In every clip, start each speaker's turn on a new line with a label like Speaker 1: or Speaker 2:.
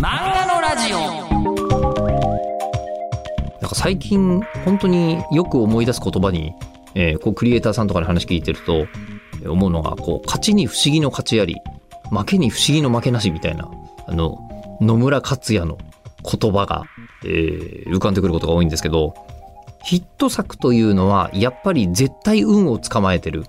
Speaker 1: 漫画のラジオ
Speaker 2: なんか最近本当によく思い出す言葉に、えーこうクリエイターさんとかの話聞いてるとえー思うのがこう勝ちに不思議の勝ちあり負けに不思議の負けなしみたいなあの野村克也の言葉が、えー浮かんでくることが多いんですけどヒット作というのはやっぱり絶対運を捕まえてる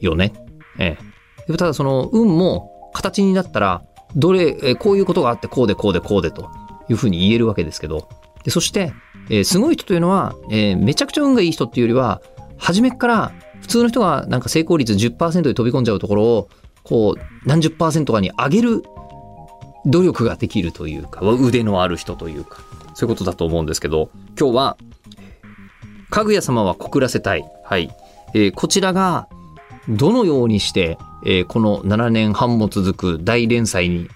Speaker 2: よね。ええでもただその運も形になったらどれ、えーこういうことがあってこうでこうでこうでというふうに言えるわけですけどでそしてえーすごい人というのは、えーめちゃくちゃ運がいい人っていうよりは初めっから普通の人がなんか成功率10%で飛び込んじゃうところをこう何十パーセントかに上げる努力ができるというか腕のある人というかそういうことだと思うんですけど今日は「かぐや様は告らせたい」はいえーこちらがどのようにして、えーこの7年半も続く大連載に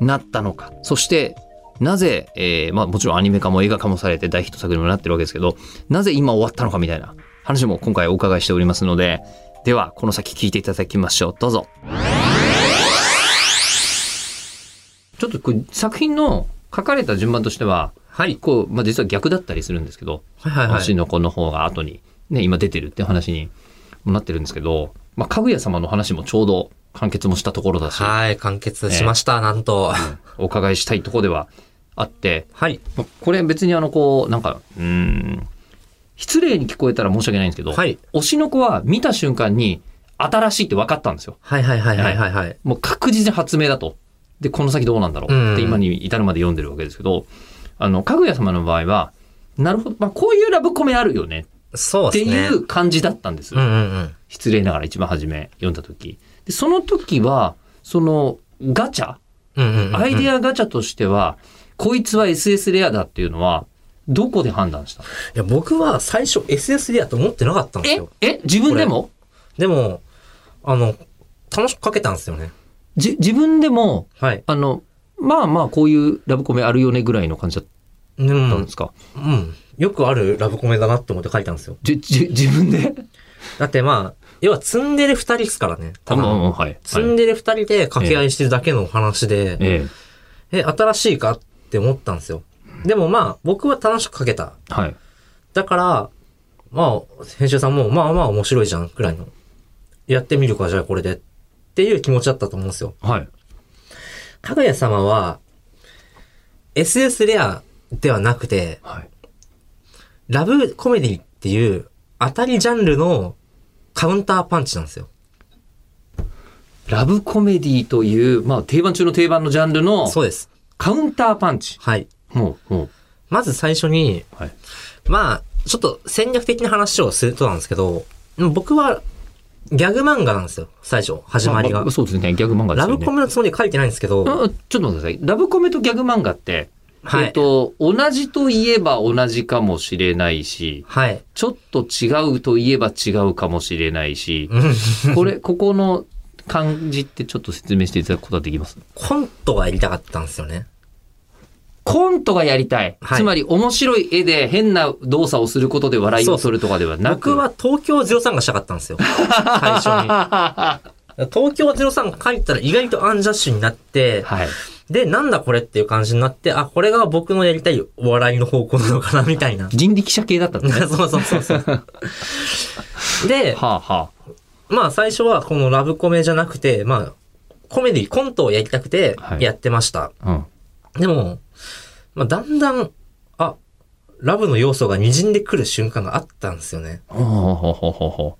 Speaker 2: なったのかそしてなぜ、えーまあもちろんアニメ化も映画化もされて大ヒット作にもなってるわけですけど、なぜ今終わったのかみたいな話も今回お伺いしておりますので、ではこの先聞いていただきましょう。どうぞ。ちょっとこれ作品の書かれた順番としては、はい。こう、まあ実は逆だったりするんですけど、
Speaker 3: はいはいはい
Speaker 2: 私。の子の方が後に、ね、今出てるって話にもなってるんですけど、まあかぐや様の話もちょうど完結もしたところだし、
Speaker 3: はい、完結しました、なんと。
Speaker 2: お伺いしたいところではあって、
Speaker 3: はい。
Speaker 2: まあこれ別にあのこうなんかうーん失礼に聞こえたら申し訳ないんですけど、
Speaker 3: はい
Speaker 2: 推しの子は見た瞬間に新しいって分かったんですよ
Speaker 3: はいはいはいはいはいはい。
Speaker 2: もう確実に発明だとでこの先どうなんだろ
Speaker 3: うん
Speaker 2: うって今に至るまで読んでるわけですけどあのかぐや様の場合はなるほど、まあ、こういうラブコメあるよね
Speaker 3: そう
Speaker 2: っ
Speaker 3: で
Speaker 2: て
Speaker 3: すね。
Speaker 2: い。う感じだったんです、
Speaker 3: うんうんうん。
Speaker 2: 失礼ながら一番初め読んだ時でその時はそのガチャ
Speaker 3: うんうんうんうん。
Speaker 2: アイデ
Speaker 3: ア。
Speaker 2: アガチャとしては、こいつは SS レアだっていうのは、どこで判断したの
Speaker 3: いや、僕は最初 SS でやと思ってなかったんですよ。
Speaker 2: ええ自分でも
Speaker 3: でも、あの、楽しく書けたんですよね。
Speaker 2: じ自分でも、
Speaker 3: はい。
Speaker 2: あの、まあまあこういうラブコメあるよねぐらいの感じだっ
Speaker 3: う
Speaker 2: たん
Speaker 3: ん
Speaker 2: で。すか、
Speaker 3: うん。よくあるラブコメだなと思って書いたんですよ。
Speaker 2: じじ自分で
Speaker 3: だってまあ、要はツンデレ二人ですからね。ただ
Speaker 2: まあまあ
Speaker 3: の。
Speaker 2: はい。
Speaker 3: ツン
Speaker 2: で、
Speaker 3: デレ二人で掛け合いしてるだけのお話で、
Speaker 2: え
Speaker 3: え、新しいかって思ったんですよ。でもまあ、僕は楽しく書けた
Speaker 2: えはい。
Speaker 3: だから、まあ、編集さんも、まあまあ面白いじゃん、くらいの。やってみるか、じゃあこれで。っていう気持ちだったと思うんですよ。
Speaker 2: はい。
Speaker 3: かぐや様は、SS レアではなくて、
Speaker 2: はい。
Speaker 3: ラブコメディっていう、当たりジャンルのカウンターパンチなんですよ。
Speaker 2: ラブコメディという、まあ定番中の定番のジャンルの
Speaker 3: そうです。
Speaker 2: カウンターパンチ。
Speaker 3: はい。
Speaker 2: もう、も
Speaker 3: まず最初に、
Speaker 2: う、はい。
Speaker 3: まあ、ちょっと戦略的な話をするとなんですけど、僕は、ギャグ漫画なんですよ。最初、始まり
Speaker 2: あ
Speaker 3: が
Speaker 2: あ。そうですね。ギャグ漫画です
Speaker 3: ラ
Speaker 2: よね。
Speaker 3: ブコメのつもりで書いてないんですけど、
Speaker 2: あちょっと待ってください。ラブコメとギャグ漫画って、
Speaker 3: はい
Speaker 2: えっと、同じといえば同じかもしれないし、
Speaker 3: はい。
Speaker 2: ちょっと違うといえば違うかもしれないし、
Speaker 3: うん
Speaker 2: これ、ここの感じってちょっと説明していただくことはできます
Speaker 3: コントがやりたかったんですよね。
Speaker 2: コントがやりたい。
Speaker 3: はい
Speaker 2: つまり、面白い絵で変な動作をすることで笑いを取るとかではなく。
Speaker 3: 僕 は東京03がしたかったんですよ。最初に。東京03書いたら意外とアンジャッシュになって、
Speaker 2: はい。。
Speaker 3: で、なんだこれっていう感じになって、あ、これが僕のやりたいお笑いの方向なのかな、みたいな
Speaker 2: 人力車系だったんですね。
Speaker 3: そうそうそ うそう。で、
Speaker 2: はあは
Speaker 3: まあ最初はこのラブコメじゃなくて、まあ、コメディ、コントをやりたくて
Speaker 2: はい
Speaker 3: やってました。
Speaker 2: あ。うん。
Speaker 3: でも、まあだんだん、あ、ラブの要素が滲んでくる瞬間があったんですよね。
Speaker 2: ほうほうほうほうほ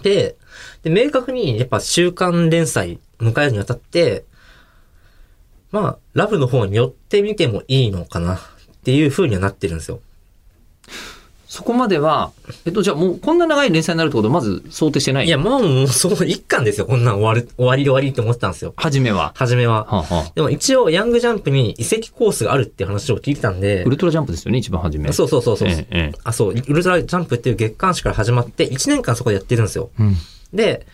Speaker 2: う。
Speaker 3: で、で、明確にやっぱ週刊連載迎えるにあたって、まあ、ラブの方に寄ってみてもいいのかなっていう風にはなってるんですよ。
Speaker 2: そこまでは、えっと、じゃあもうこんな長い連載になるってことをまず想定してない
Speaker 3: いや、もう、もうその一巻ですよ。こんなん終わる、終わりで終わりって思ってたんですよ。
Speaker 2: 初めは。
Speaker 3: 初めは。
Speaker 2: はあはあ、
Speaker 3: でも一応、ヤングジャンプに移籍コースがあるっていう話を聞いてたんで
Speaker 2: ウ、ルトラジャンプですよね、一番初め。
Speaker 3: そうそうそうそう。
Speaker 2: えええ
Speaker 3: あ、そう、ウルトラジャンプっていう月刊誌から始まって、1年間そこでやってるんですよ。
Speaker 2: えうん
Speaker 3: で、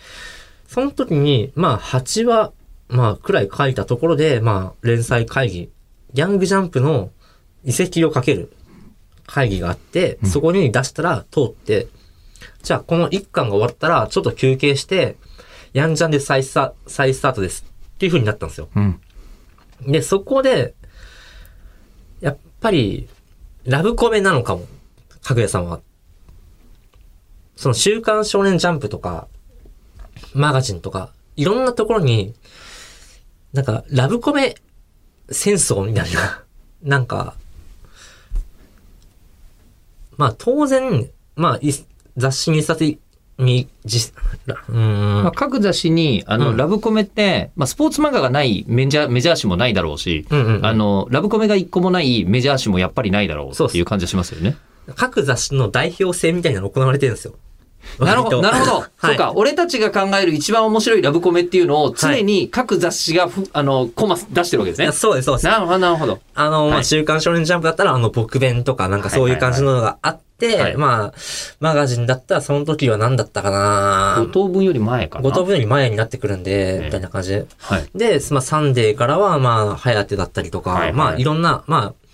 Speaker 3: その時に、まあ、8話、まあ、くらい書いたところで、まあ、連載会議、ヤングジャンプの遺跡をかける会議があって、そこに出したら通って、じゃあ、この1巻が終わったら、ちょっと休憩して、ヤンジャンで再スタ再スタートですっていう風になったんですよ。
Speaker 2: うん
Speaker 3: で、そこで、やっぱり、ラブコメなのかも。かぐやさんは。その週刊少年ジャンプとか、マガジンとか、いろんなところに、なんか、ラブコメ戦争みたいな。 なんか、まあ当然、まあい雑誌に一冊に、じ、らうーん
Speaker 2: まあ、。各雑誌にあの、
Speaker 3: うん
Speaker 2: ラブコメって、まあ、スポーツ漫画がないメジャーメジャー誌もないだろうし、
Speaker 3: うんうんうん
Speaker 2: あのラブコメが一個もないメジャー誌もやっぱりないだろう
Speaker 3: そうっ
Speaker 2: っ
Speaker 3: す
Speaker 2: ていう感じがしますよね。
Speaker 3: 各雑誌の代表戦みたいなのが行われてるんですよ。
Speaker 2: なるほど、
Speaker 3: 割と
Speaker 2: なるほど。
Speaker 3: は
Speaker 2: そう
Speaker 3: い。
Speaker 2: か、俺たちが考える一番面白いラブコメっていうのを常に各雑誌がふ、あのコマ出してるわけです
Speaker 3: い
Speaker 2: ね
Speaker 3: や。そうです、そうです。
Speaker 2: なるほど、なるほど。
Speaker 3: あの、ま
Speaker 2: は
Speaker 3: あ、
Speaker 2: い
Speaker 3: 週刊少年ジャンプだったら、あの、僕弁とか、なんかそういう感じのがあっ
Speaker 2: いはいは
Speaker 3: て、
Speaker 2: い
Speaker 3: まあ、マガジンだったら、その時は何だったかな
Speaker 2: 五等分より前かな。
Speaker 3: 五等分より前になってくるんで、
Speaker 2: え
Speaker 3: みたいな感じで。
Speaker 2: はい。
Speaker 3: で、まあ、サンデーからは、まあ、ハヤテだったりと
Speaker 2: はいは
Speaker 3: か、
Speaker 2: い
Speaker 3: まあ、いろんな、まあ、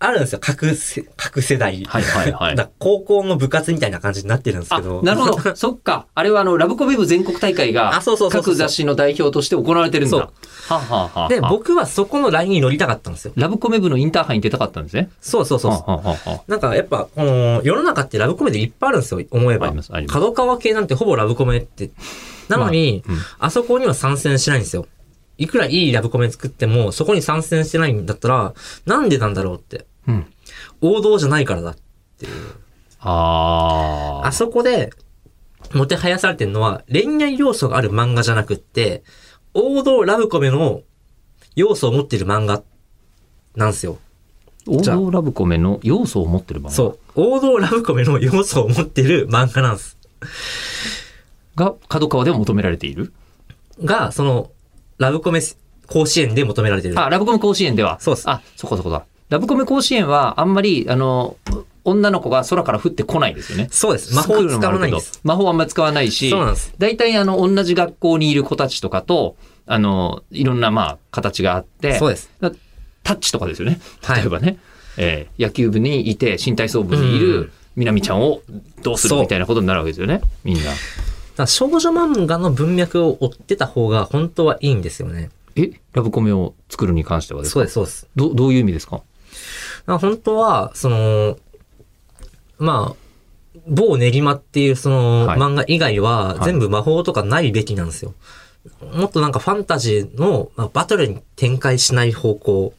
Speaker 3: あるんですよ。各世、各世代。
Speaker 2: はいはい はい
Speaker 3: だから高校の部活みたいな感じになってるんです
Speaker 2: あ
Speaker 3: けど。、
Speaker 2: なるほ ど。そっか。あれはあの、ラブコメ部全国大会が
Speaker 3: あそうそうそうそ
Speaker 2: 各
Speaker 3: う
Speaker 2: 雑誌の代表として行われてるんだ。
Speaker 3: そう
Speaker 2: はあはあはあはあ
Speaker 3: で、僕はそこのラインに乗りたかったんですよ。
Speaker 2: ラブコメ部のインターハイに出たかったんですね。
Speaker 3: そうそうそうそう。
Speaker 2: はあはあはあはあ
Speaker 3: なんかやっぱ、この、世の中ってラブコメでいっぱいあるんですよ、思えば。
Speaker 2: ありますあります
Speaker 3: 角川系なんてほぼラブコメって。なのに、
Speaker 2: まあうん
Speaker 3: あそこには参戦しないんですよ。いくらいいラブコメ作っても、そこに参戦してないんだったら、なんでなんだろうって。
Speaker 2: うん。
Speaker 3: 王道じゃないからだ。
Speaker 2: あ
Speaker 3: あ
Speaker 2: あ。
Speaker 3: そこで、もてはやされてるのは、恋愛要素がある漫画じゃなくって、王道ラブコメの要素を持ってる漫画なんですよ。
Speaker 2: 王
Speaker 3: じゃあ
Speaker 2: 道ラブコメの要素を持ってる番
Speaker 3: そう。王道ラブコメの要素を持ってる漫画なんです。
Speaker 2: が角川でも求められている。
Speaker 3: が、その、ラブコメ甲子園で求められてる。
Speaker 2: あ、ラブコメ甲子園では。
Speaker 3: そうっす
Speaker 2: あ、そこそこだ。ラブコメ甲子園はあんまり、あの、女の子が空から降ってこないですよね。
Speaker 3: そうです。魔法を使わないんです。。
Speaker 2: 魔法はあんまり使わないし、
Speaker 3: そうなんです。
Speaker 2: 大体あの同じ学校にいる子たちとかと、あの、いろんなまあ形があって、
Speaker 3: そうです。
Speaker 2: だタッチとかですよね。
Speaker 3: はい
Speaker 2: 例えばね、えー野球部にいて、新体操部にい
Speaker 3: うんう
Speaker 2: る、みなみちゃんをどうする
Speaker 3: そう
Speaker 2: みたいなことになるわけですよね、みんな。
Speaker 3: だから少女漫画の文脈を追ってた方が本当はいいんですよね。
Speaker 2: え、ラブコメを作るに関してはですか
Speaker 3: そうです、そうです。
Speaker 2: どどういう意味ですか
Speaker 3: だから本当は、その、まあ、某練馬っていうその
Speaker 2: はい
Speaker 3: 漫画以外
Speaker 2: は
Speaker 3: は
Speaker 2: い
Speaker 3: 全部魔法とかないべきなんですよ。もっとなんかファンタジーの、まあ、バトルに展開しない方向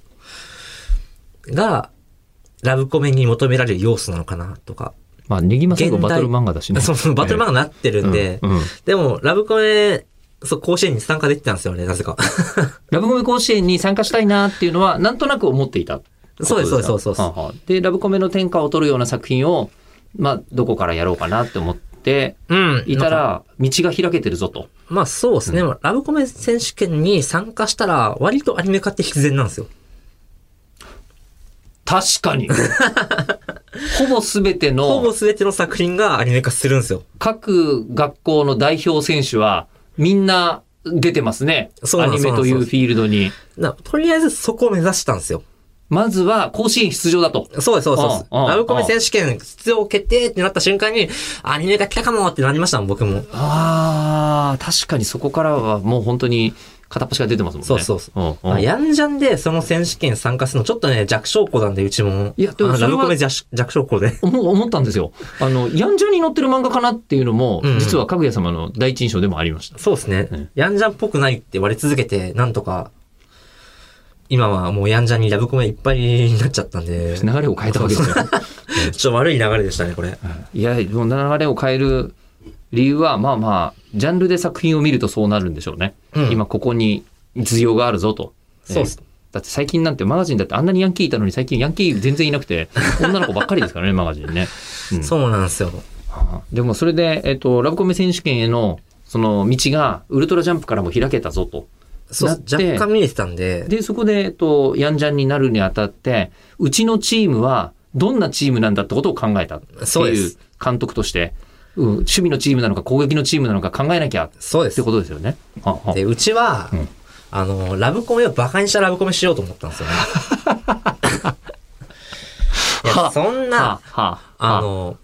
Speaker 3: が、ラブコメに求められる要素なのかなとか。
Speaker 2: まあ、ネギマ最後
Speaker 3: 現
Speaker 2: バ
Speaker 3: 代
Speaker 2: トル漫画だしね。
Speaker 3: そうそう、バトル漫画になってるんで、
Speaker 2: うんうん
Speaker 3: でも、ラブコメ、そう、甲子園に参加できたんですよね、なぜか。
Speaker 2: ラブコメ甲子園に参加したいなっていうのは、なんとなく思っていたこと
Speaker 3: そうです
Speaker 2: か
Speaker 3: そうですそうです
Speaker 2: はあはあで、ラブコメの天下を取るような作品を、まあ、どこからやろうかなって思って
Speaker 3: うん
Speaker 2: いた、ら、道が開けてるぞと。
Speaker 3: まあそうですね、ラブコメ選手権に参加したら、割とアニメ化って必然なんですよ。
Speaker 2: 確かに。 ほぼ全て
Speaker 3: ほぼ
Speaker 2: の
Speaker 3: 全ての作品がアニメ化するんですよ。
Speaker 2: 各学校の代表選手は、みんな出てますね。
Speaker 3: そう
Speaker 2: ア
Speaker 3: なんで
Speaker 2: ニ
Speaker 3: す
Speaker 2: メとい
Speaker 3: そう
Speaker 2: うフ
Speaker 3: なんです
Speaker 2: ィールドに。
Speaker 3: なとりあえずそこを目指したんですよ。
Speaker 2: まずは甲子園出場だと。
Speaker 3: そうです、そうですそうです。
Speaker 2: うんうん
Speaker 3: ラブコメ選手権出場決定ってなった瞬間に、アニメが来たかもってなりましたもん、僕も。
Speaker 2: ああ、確かにそこからはもう本当に片っ端から出てますもんね。
Speaker 3: そうそうそ
Speaker 2: うんうん
Speaker 3: あヤンジャンでその選手権参加するの、ちょっとね、弱小校なんで、うちも。
Speaker 2: いやでも
Speaker 3: あの
Speaker 2: それ
Speaker 3: ラ
Speaker 2: は
Speaker 3: ブコメ弱弱小校で。
Speaker 2: 思う思ったんですよ。あの、ヤンジャに載ってる漫画かなっていうのも、
Speaker 3: うんうん
Speaker 2: 実はかぐや様の第一印象でもありました。
Speaker 3: そうですね。
Speaker 2: ん
Speaker 3: ヤンジャンっぽくないって言われ続けて、なんとか、今はもうヤンジャンにラブコメいっぱいになっちゃったんで、ちょ
Speaker 2: 流れを変えたわけですよ。
Speaker 3: っと悪い流れでしたね、これ。
Speaker 2: いや、でも流れを変える理由は、まあまあ、ジャンルで作品を見るとそうなるんでしょうね。
Speaker 3: うん
Speaker 2: 今ここに需要があるぞと。
Speaker 3: そうっす
Speaker 2: えーだって最近なんてマガジンだってあんなにヤンキーいたのに最近ヤンキー全然いなくて、 女の子ばっかりですからね、マガジンね。 うん
Speaker 3: そうなんですよ。
Speaker 2: でもそれで、えっと、ラブコメ選手権への、その道がウルトラジャンプからも開けたぞと。
Speaker 3: そう
Speaker 2: だ
Speaker 3: っ
Speaker 2: っ
Speaker 3: す
Speaker 2: て
Speaker 3: 若干見えてたんで、
Speaker 2: で、そこで、えっと、ヤンジャンになるにあたって、うちのチームはどんなチームなんだってことを考えたって
Speaker 3: そうで
Speaker 2: いう
Speaker 3: す
Speaker 2: 監督として、うん、守備のチームなのか攻撃のチームなのか考えなきゃっ
Speaker 3: そうで
Speaker 2: て
Speaker 3: す。
Speaker 2: ことですよね。はは
Speaker 3: で、うちは、
Speaker 2: うん
Speaker 3: あの、ラブコメをバカにしたラブコメしようと思った んですよね。いやそんな、
Speaker 2: はは
Speaker 3: あの、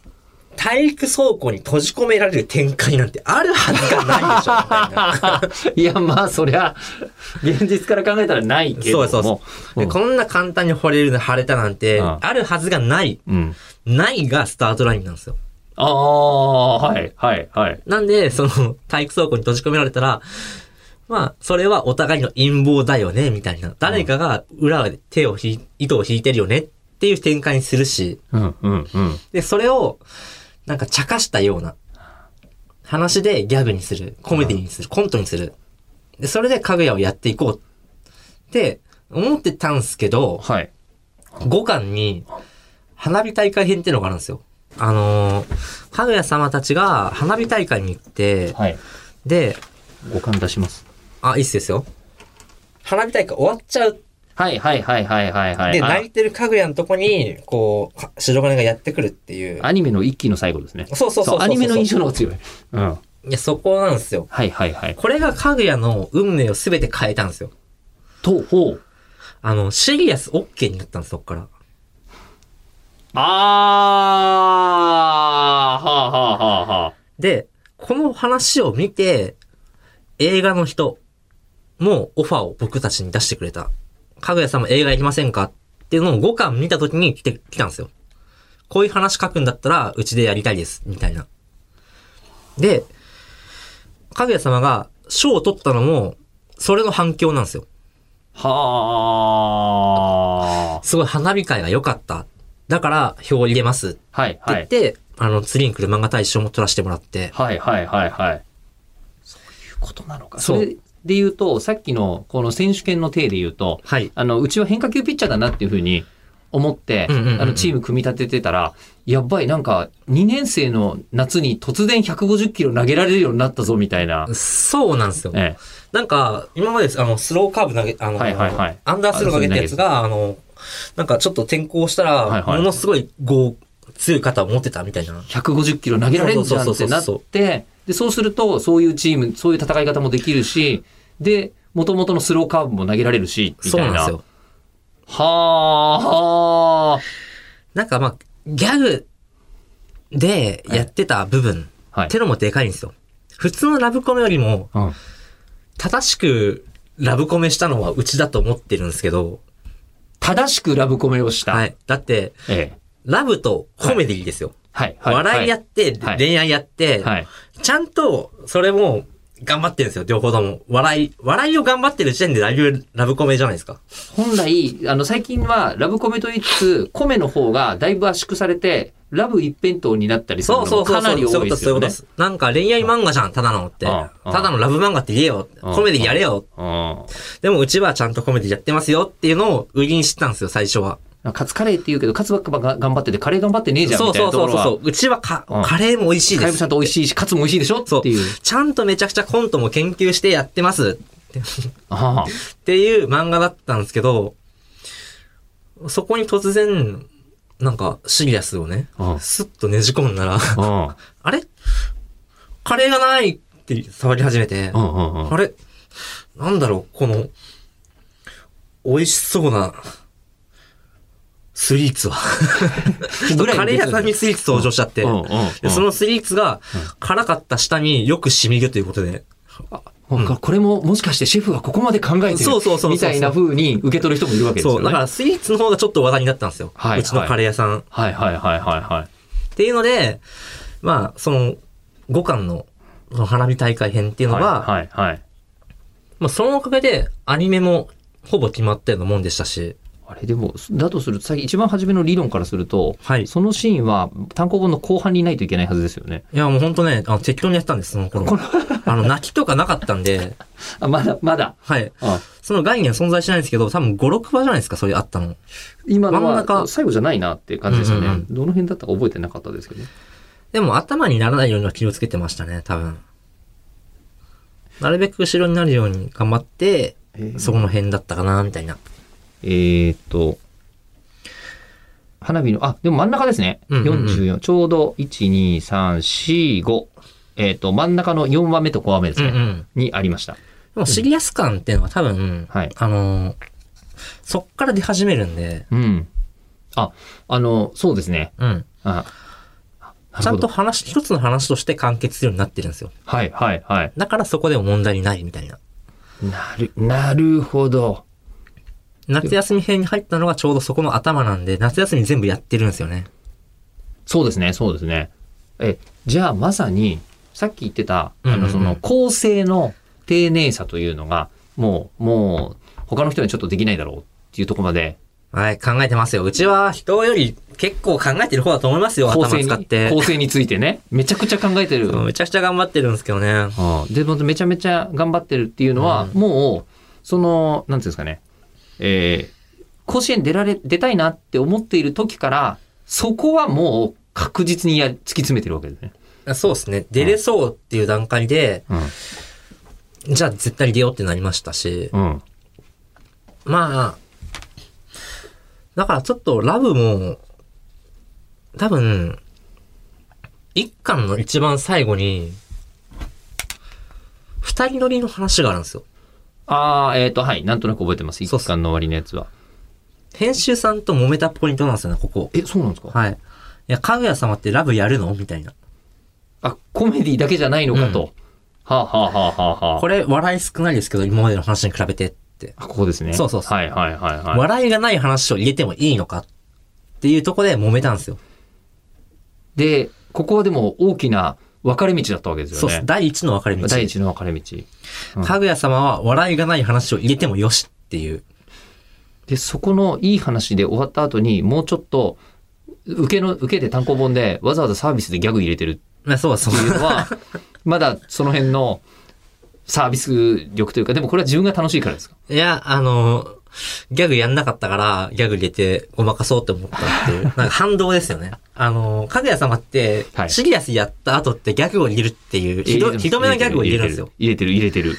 Speaker 3: 大陸倉庫に閉じ込められる展開なんてあるはずがないでしょ、み
Speaker 2: い
Speaker 3: たいな。
Speaker 2: や、まあ、そりゃ、現実から考えたらないけれども。
Speaker 3: そうそ
Speaker 2: う
Speaker 3: うで
Speaker 2: ん
Speaker 3: こんな簡単に掘れるの、晴れたなんて、
Speaker 2: うん
Speaker 3: あるはずがない。
Speaker 2: うん。
Speaker 3: ないがスタートラインなんですよ。
Speaker 2: ああ、はい、はい、はい。
Speaker 3: なんで、その、体育倉庫に閉じ込められたら、まあ、それはお互いの陰謀だよね、みたいな。誰かが裏で手をひ、糸を引いてるよねっていう展開にするし、
Speaker 2: うん、うん、うん。
Speaker 3: で、それを、なんか茶化したような話でギャグにする、コメディにする、コントにする。で、それでかぐやをやっていこうって思ってたんすけど、
Speaker 2: はい。
Speaker 3: 5巻に花火大会編っていうのがあるんですよ。あのーかぐや様たちが花火大会に行って、
Speaker 2: はい。
Speaker 3: で、
Speaker 2: 五感出します。
Speaker 3: あ、いいっすですよ。花火大会終わっちゃう。
Speaker 2: はい、はい、はい、はい、はい、はい。
Speaker 3: で、
Speaker 2: あ
Speaker 3: 泣いてるかぐやのとこに、こう、か白金がやってくるっていう。
Speaker 2: アニメの一期の最後ですね。
Speaker 3: そうそうそうそうそう
Speaker 2: アニメの印象の方が強い。うん。
Speaker 3: いや、そこなんですよ。
Speaker 2: はい、はい、はい。
Speaker 3: これがかぐやの運命を全て変えたんですよ。
Speaker 2: と、ほう。
Speaker 3: あの、シリアス OK になったんです、そっから。
Speaker 2: ああ、はあ、はあ、はあ、はあ。
Speaker 3: で、この話を見て、映画の人もオファーを僕たちに出してくれた。かぐやさんも映画行きませんかっていうのを5巻見た時に来て、来たんですよ。こういう話書くんだったら、うちでやりたいです、みたいな。で、かぐや様が賞を取ったのも、それの反響なんですよ。
Speaker 2: はあ。
Speaker 3: すごい花火会が良かった。だから、票を入れますって
Speaker 2: はい、は
Speaker 3: 言っ
Speaker 2: い。
Speaker 3: て、あの、次に来る漫画大賞も取らせてもらって、
Speaker 2: はい、はい、はい、はい。そういうことなのか。
Speaker 3: そ
Speaker 2: そうれで言うと、さっきのこの選手権の体で言うと、
Speaker 3: はい。
Speaker 2: あの、うちは変化球ピッチャーだなっていうふうに思って、
Speaker 3: うんうんうんうん
Speaker 2: あの、チーム組み立ててたら、やっばい、なんか、2年生の夏に突然150キロ投げられるようになったぞ、みたいな。
Speaker 3: そうなんですよ。
Speaker 2: ええ、
Speaker 3: なんか、今まで、あの、スローカーブ投げ、あの、
Speaker 2: はいはいはい
Speaker 3: アンダースロー投げたやつが、あの、なんかちょっと転向したら、
Speaker 2: はいはい
Speaker 3: ものすごい、こう、強い肩を持ってたみたいな。
Speaker 2: 150キロ投げられるじゃんってなっ
Speaker 3: そうそうそう
Speaker 2: て、で、そうすると、そういうチーム、そういう戦い方もできるし、で、元々のスローカーブも投げられるし、み
Speaker 3: そう
Speaker 2: た
Speaker 3: ないんで
Speaker 2: な。
Speaker 3: す
Speaker 2: は
Speaker 3: よ。
Speaker 2: あ、は
Speaker 3: なんかまあ、ギャグでやってた部分
Speaker 2: あ。はい
Speaker 3: って。のもでかいんですよ。普通のラブコメよりも、
Speaker 2: うん。
Speaker 3: 正しくラブコメしたのはうちだと思ってるんですけど、
Speaker 2: 正しくラブコメをした。。
Speaker 3: はいい。だって、
Speaker 2: ええ。
Speaker 3: ラブとコメディですよ。
Speaker 2: はい。はい
Speaker 3: 笑いやって、
Speaker 2: はい
Speaker 3: 恋愛やって、
Speaker 2: はい。
Speaker 3: ちゃんと、それも、頑張ってるんですよ、両方とも。笑い、笑いを頑張ってる時点でだいぶラブコメじゃないですか。
Speaker 2: 本来、あの、最近は、ラブコメと言いつつ、コメの方がだいぶ圧縮されて、ラブ一辺倒になったりする
Speaker 3: そ
Speaker 2: の
Speaker 3: うそう
Speaker 2: も
Speaker 3: そ
Speaker 2: か
Speaker 3: う。
Speaker 2: なり
Speaker 3: そう
Speaker 2: 多
Speaker 3: い
Speaker 2: いうで
Speaker 3: こと
Speaker 2: す
Speaker 3: そういう
Speaker 2: よ
Speaker 3: こと
Speaker 2: ね
Speaker 3: で。す。なんか恋愛漫画じゃん、ただのって。
Speaker 2: うん
Speaker 3: た
Speaker 2: うん
Speaker 3: だのラブ漫画って言えよ。
Speaker 2: うん
Speaker 3: コメディやれ
Speaker 2: う
Speaker 3: よ。でもうちはちゃんとコメディやってますよっていうのを売りにしてたんですよ、最初は。
Speaker 2: ん。カツカレーって言うけど、カツばっかが頑張ってて、カレー頑張ってねえじゃん
Speaker 3: そ
Speaker 2: み
Speaker 3: う
Speaker 2: たい
Speaker 3: そ
Speaker 2: な
Speaker 3: う
Speaker 2: と
Speaker 3: そ
Speaker 2: こ
Speaker 3: う
Speaker 2: ろは。
Speaker 3: そう。うちはか
Speaker 2: うん
Speaker 3: カレーも美味しい
Speaker 2: カ
Speaker 3: で
Speaker 2: レー
Speaker 3: す
Speaker 2: ちゃん。と美味しいし、カツも美味しいでしょ
Speaker 3: そう
Speaker 2: っていう。
Speaker 3: ちゃんとめちゃくちゃコントも研究してやってます。
Speaker 2: ああ
Speaker 3: っていう漫画だったんですけど、そこに突然、なんか、シリアスをね、
Speaker 2: うん
Speaker 3: スッとねじ込んだら、
Speaker 2: うん
Speaker 3: あれカレーがないって触り始めて、
Speaker 2: うんうんうん
Speaker 3: あれなんだろうこの、美味しそうな、スイーツは。
Speaker 2: ぐらいの
Speaker 3: カレー屋さんにスイーツ登場しちゃって、
Speaker 2: うんうんうん
Speaker 3: でそのスイーツが辛かった舌によく染みるということで、
Speaker 2: なんかこれももしかしてシェフはここまで考えてる
Speaker 3: そうそうそうそう
Speaker 2: みたいな風に受け取る人もいるわけですよ
Speaker 3: そう、
Speaker 2: ね。
Speaker 3: だからスイーツの方がちょっと話題になったんですよ。
Speaker 2: はいう
Speaker 3: ちのカレー屋さん。
Speaker 2: はいはいはいはいはい。
Speaker 3: っていうので、まあ、その、5巻の、その花火大会編っていうのは、
Speaker 2: はいはいはい。
Speaker 3: まあ、そのおかげで、アニメも、ほぼ決まったようなもんでしたし、
Speaker 2: あれでも、だとすると、さっき一番初めの理論からすると、
Speaker 3: はい
Speaker 2: そのシーンは単行本の後半にないといけないはずですよね。
Speaker 3: いや、もうほんとね、あの、適当にやってたんです、その頃。 あの、泣きとかなかったんで、
Speaker 2: あ、まだ、まだ。
Speaker 3: はい。
Speaker 2: あ
Speaker 3: その概念存在しないんですけど、多分5、6話じゃないですか、それあったの。
Speaker 2: 今の
Speaker 3: 真
Speaker 2: は
Speaker 3: ん中
Speaker 2: 最後じゃないなっていう感じですよね。
Speaker 3: うんうんうん
Speaker 2: どの辺だったか覚えてなかったですけど。
Speaker 3: でも、頭にならないようには気をつけてましたね、多分。なるべく後ろになるように頑張って、そこの辺だったかな、みたいな。
Speaker 2: えーっと、花火の、あ、でも真ん中ですね。
Speaker 3: うんうんうん
Speaker 2: 44。ちょうど、1、2、3、4、5。えーっと、真ん中の4話目と5話目です
Speaker 3: うん
Speaker 2: ね。
Speaker 3: うん。
Speaker 2: にありました。
Speaker 3: でもシリアス感っていうのは多分、
Speaker 2: はい
Speaker 3: あのーそっから出始めるんで、
Speaker 2: うん。あ、あの、そうですね。
Speaker 3: うん。
Speaker 2: あ、な
Speaker 3: ち
Speaker 2: る
Speaker 3: ゃ
Speaker 2: ほ
Speaker 3: ん
Speaker 2: ど
Speaker 3: と話、一つの話として完結するようになってるんですよ。
Speaker 2: はいはいはい。
Speaker 3: だからそこでも問題にないみたいな。
Speaker 2: なる、なるほど。
Speaker 3: 夏休み編に入ったのがちょうどそこの頭なんで、夏休み全部やってるんですよね。
Speaker 2: そうですね、そうですね。え、じゃあまさに、さっき言ってた、あ
Speaker 3: うんうんう
Speaker 2: の、
Speaker 3: ん
Speaker 2: その、構成の丁寧さというのが、もう、もう、他の人にはちょっとできないだろうっていうところまで、
Speaker 3: はい、考えてますよ。うちは人より結構考えてる方だと思いますよ、
Speaker 2: 構
Speaker 3: 頭
Speaker 2: 成
Speaker 3: 使っ
Speaker 2: に、
Speaker 3: て。
Speaker 2: 構成についてね、めちゃくちゃ考えてる。
Speaker 3: うんめちゃくちゃ頑張ってるんですけどね。
Speaker 2: うんで、本当めちゃめちゃ頑張ってるっていうのは、
Speaker 3: う
Speaker 2: もう、その、なんていうんですかね、えー甲子園出られ、出たいなって思っている時から、そこはもう確実にや突き詰めてるわけですね。
Speaker 3: そうですね。出れそうっていう段階で、
Speaker 2: う
Speaker 3: じゃあ絶対に出ようってなりましたし。
Speaker 2: ん。うん。
Speaker 3: まあ、だからちょっとラブも、多分、一巻の一番最後に、二人乗りの話があるんですよ。
Speaker 2: ああ、えっ、と、はい、なんとなく覚えてます。
Speaker 3: そうっ
Speaker 2: 一
Speaker 3: す
Speaker 2: 巻の終わりのやつは。
Speaker 3: 編集さんと揉めたポイントなんですよね、ここ。
Speaker 2: え、そうなんですか、
Speaker 3: はい。いや、かぐや様ってラブやるのみたいな。
Speaker 2: あ、コメディだけじゃないのかと。はあ、はあはあはあはあ、
Speaker 3: これ、笑い少ないですけど、今までの話に比べてって。
Speaker 2: あここですね。
Speaker 3: そうそうそう
Speaker 2: はいはいはいはい。
Speaker 3: 笑いがない話を入れてもいいのかっていうとこで揉めたんですよ。
Speaker 2: で、ここはでも大きな分かれ道だったわけですよ
Speaker 3: そうっす
Speaker 2: ね。
Speaker 3: 第一の分かれ道。
Speaker 2: 第一の分かれ道。うん
Speaker 3: かぐや様は笑いがない話を入れてもよしっていう。
Speaker 2: で、そこのいい話で終わった後に、もうちょっと、受けの、受けて単行本でわざわざサービスでギャグ入れてるっ
Speaker 3: まあそうそう
Speaker 2: て。いうの は、まだその辺のサービス力というか、でもこれは自分が楽しいからですか
Speaker 3: いや、あの、ギャグやんなかったから、ギャグ入れてごまかそうって思ったっていう、なんか反動ですよね。あの、かぐや様って
Speaker 2: は、い
Speaker 3: シリアスやった後ってギャグを入れるっていう、ひどひどめなギャグを入れるんですよ。。
Speaker 2: 入れてる、入れてる。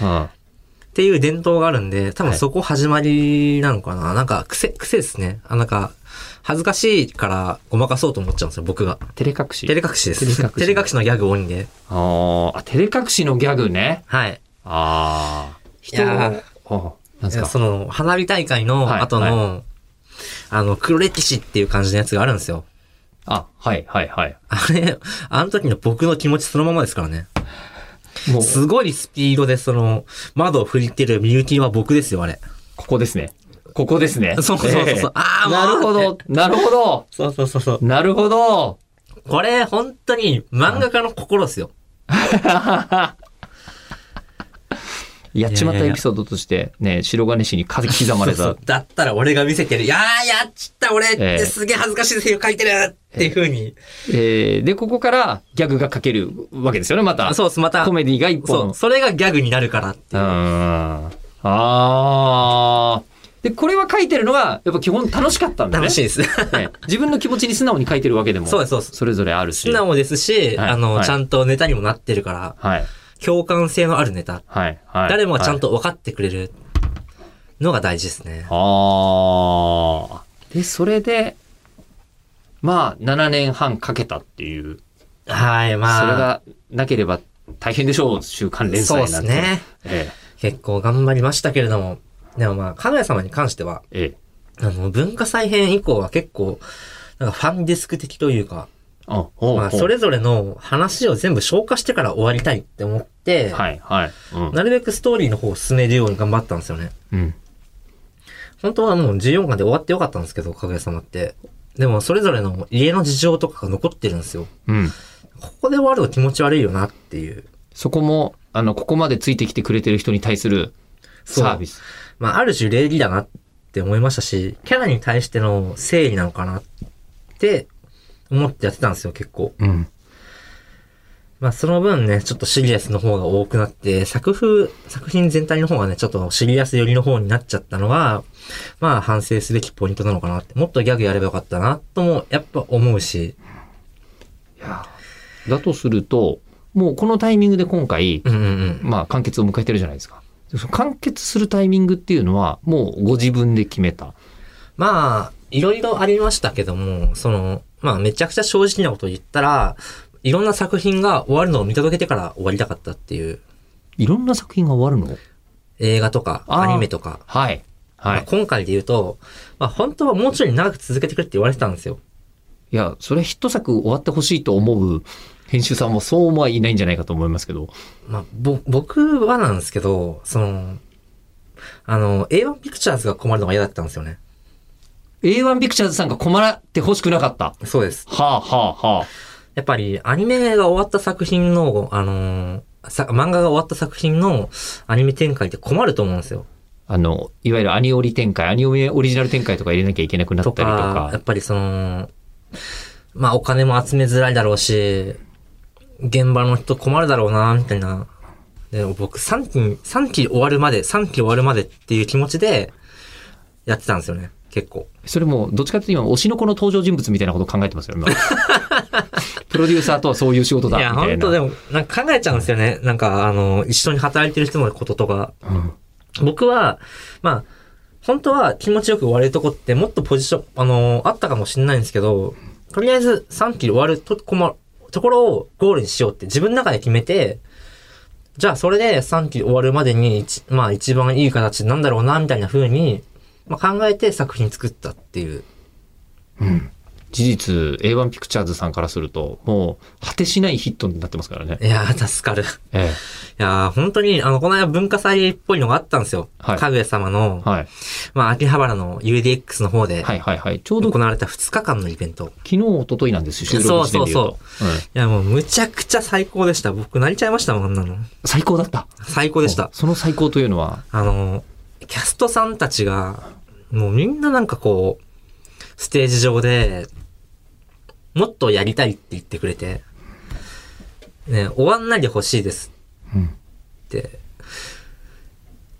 Speaker 2: うん
Speaker 3: っていう伝統があるんで、多分
Speaker 2: はい
Speaker 3: そこ始まりなのかな。なんか癖、癖ですね。あなんか、恥ずかしいからごまかそうと思っちゃうんですよ、僕が。
Speaker 2: 照れ隠し。
Speaker 3: 照れ隠しです。
Speaker 2: 照れ隠し
Speaker 3: 照れ隠しのギャグ多いんで。
Speaker 2: あーあ、照れ隠しのギャグね。
Speaker 3: はい。
Speaker 2: ああ。人
Speaker 3: いやー
Speaker 2: あなんですか
Speaker 3: その、花火大会の後の、
Speaker 2: はい
Speaker 3: あの、黒歴史っていう感じのやつがあるんですよ。
Speaker 2: あ、はい、はい、はい。
Speaker 3: あれ、あの時の僕の気持ちそのままですからね。
Speaker 2: もう、
Speaker 3: すごいスピードで、その、窓を振り切るミューティンは僕ですよ、 あれ。
Speaker 2: ここですね。ここですね。
Speaker 3: そうそうそうそう
Speaker 2: ええ
Speaker 3: あーもう
Speaker 2: なるほど、なるほど。
Speaker 3: そうそうそうそう。
Speaker 2: なるほど。
Speaker 3: これ、本当に漫画家の心ですよ。
Speaker 2: やっちまったエピソードとして、ね、白金市に風刻まれ
Speaker 3: そ
Speaker 2: た
Speaker 3: うそ。うだったら俺が見せてる。いやー、やっちった俺っ
Speaker 2: ええ
Speaker 3: てすげえ恥ずかしいセリフ書いてるっていう風に。
Speaker 2: えーで、ここからギャグが書けるわけですよね、また。
Speaker 3: あそうです、また。
Speaker 2: コメディが一
Speaker 3: そ
Speaker 2: 本。
Speaker 3: う、それがギャグになるからって
Speaker 2: う
Speaker 3: い
Speaker 2: ん。
Speaker 3: う。
Speaker 2: ああ。で、これは書いてるのが、やっぱ基本楽しかったんだね。
Speaker 3: 楽しいです。
Speaker 2: ね自分の気持ちに素直に書いてるわけでも。
Speaker 3: そうですそうです
Speaker 2: それぞれあるし。
Speaker 3: 素直ですし、
Speaker 2: はい
Speaker 3: あの、
Speaker 2: はい
Speaker 3: ちゃんとネタにもなってるから、
Speaker 2: はい。
Speaker 3: 共感性のあるネタ。
Speaker 2: はい。はい。
Speaker 3: 誰もがちゃん
Speaker 2: と。
Speaker 3: と分かってくれるのが大事ですね。
Speaker 2: ああ。で、それで、まあ、7年半かけたっていう。
Speaker 3: はい、まあ。
Speaker 2: それがなければ大変でしょう、週刊連載なんて。
Speaker 3: そうですね。
Speaker 2: え
Speaker 3: 結構頑張りましたけれども。でもまあ、かぐや様に関しては、
Speaker 2: え、ええ。
Speaker 3: あの、文化再編以降は結構、なんかファンディスク的というか、
Speaker 2: あ、ほう
Speaker 3: まあ、それぞれの話を全部消化してから終わりたいって思って、
Speaker 2: はい、はい。うん。
Speaker 3: なるべくストーリーの方を進めるように頑張ったんですよね。
Speaker 2: うん。
Speaker 3: 本当はもう14巻で終わってよかったんですけど、かぐや様って。でも、それぞれの家の事情とかが残ってるんですよ。
Speaker 2: うん。
Speaker 3: ここで終わるの気持ち悪いよなっていう。
Speaker 2: そこも、あの、ここまでついてきてくれてる人に対する
Speaker 3: そう
Speaker 2: サービス。
Speaker 3: まあ、ある種礼儀だなって思いましたし、キャラに対しての誠意なのかなって思ってやってたんですよ、結構。
Speaker 2: うん。
Speaker 3: まあ、その分ね、ちょっとシリアスの方が多くなって、作風、作品全体の方がね、ちょっとシリアス寄りの方になっちゃったのが、まあ、反省すべきポイントなのかなって。もっとギャグやればよかったな、とも、やっぱ思う
Speaker 2: い
Speaker 3: し。
Speaker 2: やーだとすると、もうこのタイミングで今回、
Speaker 3: うんうんうん。
Speaker 2: まあ、完結を迎えてるじゃないですか。でその完結するタイミングっていうのは、もうご自分で決めた。
Speaker 3: まあ、いろいろありましたけども、その、まあ、めちゃくちゃ正直なこと言ったら、いろんな作品が終わるのを見届けてから終わりたかったっていう。
Speaker 2: いろんな作品が終わるの
Speaker 3: 映画とか、
Speaker 2: あ
Speaker 3: ア
Speaker 2: ー
Speaker 3: ニメとか。
Speaker 2: はい。は
Speaker 3: まあ
Speaker 2: い。
Speaker 3: 今回で言うと、まあ本当はもうちょい長く続けてくれって言われてたんですよ。
Speaker 2: いや、それはヒット作終わってほしいと思う編集さんもそう思はいないんじゃないかと思いますけど。
Speaker 3: まあ、ぼ、僕はなんですけど、その、あの、A1 ピクチャーズが困るのが嫌だったんですよね。
Speaker 2: A1 ピクチャーズさんが困らってほしくなかった。
Speaker 3: そうです。
Speaker 2: はあはあはあ。
Speaker 3: やっぱり、アニメが終わった作品の、あの、さ漫画が終わった作品のアニメ展開って困ると思うんですよ。
Speaker 2: あの、いわゆるアニオリ展開、アニメオリジナル展開とか入れなきゃいけなくなった
Speaker 3: と
Speaker 2: りとか
Speaker 3: か、や。っぱりその、まあお金も集めづらいだろうし、現場の人困るだろうな、みたいな。で僕3期に、3期終わるまで、3期終わるまでっていう気持ちでやってたんですよね、結構。
Speaker 2: それも、どっちかっていうと今、推しの子の登場人物みたいなことを考えてますよ、今プロデューサーとはそういう仕事だ、
Speaker 3: い
Speaker 2: み
Speaker 3: や、
Speaker 2: た
Speaker 3: 本
Speaker 2: いな。
Speaker 3: 当でも、なんか考えちゃうんですよね。なんか、あの、一緒に働いてる人のこととか。
Speaker 2: うん
Speaker 3: 僕は、まあ、本当は気持ちよく終われるとこってもっとポジション、あのあったかもしれないんですけど、とりあえず3期終わるとこも、ところをゴールにしようって自分の中で決めて、じゃあそれで3期終わるまでに一、まあ一番いい形なんだろうな、みたいな風に、まあ考えて作品作ったっていう。
Speaker 2: 事実、A1 ピクチャーズさんからすると、もう、果てしないヒットになってますからね。
Speaker 3: いやー、助かる。
Speaker 2: え
Speaker 3: いやー、本当に、あの、この間文化祭っぽいのがあったんですよ。
Speaker 2: はい
Speaker 3: かぐや様の
Speaker 2: え。、はい。
Speaker 3: まあ、秋葉原の UDX の方で、
Speaker 2: はいはいはい。ちょうど
Speaker 3: 行
Speaker 2: 昨
Speaker 3: われた2日間のイベント。
Speaker 2: 日、一昨日なんですよ、収録時点で言うと。うん
Speaker 3: いや、もう、むちゃくちゃ最高でした。僕、泣いちゃいましたもん、あんなの。
Speaker 2: 最高だった。
Speaker 3: 最高でした。
Speaker 2: その最高というのは、
Speaker 3: あの、キャストさんたちが、もうみんななんかこう、ステージ上で、もっとやりたいって言ってくれて、ね、終わんないでほしいです
Speaker 2: うん
Speaker 3: って、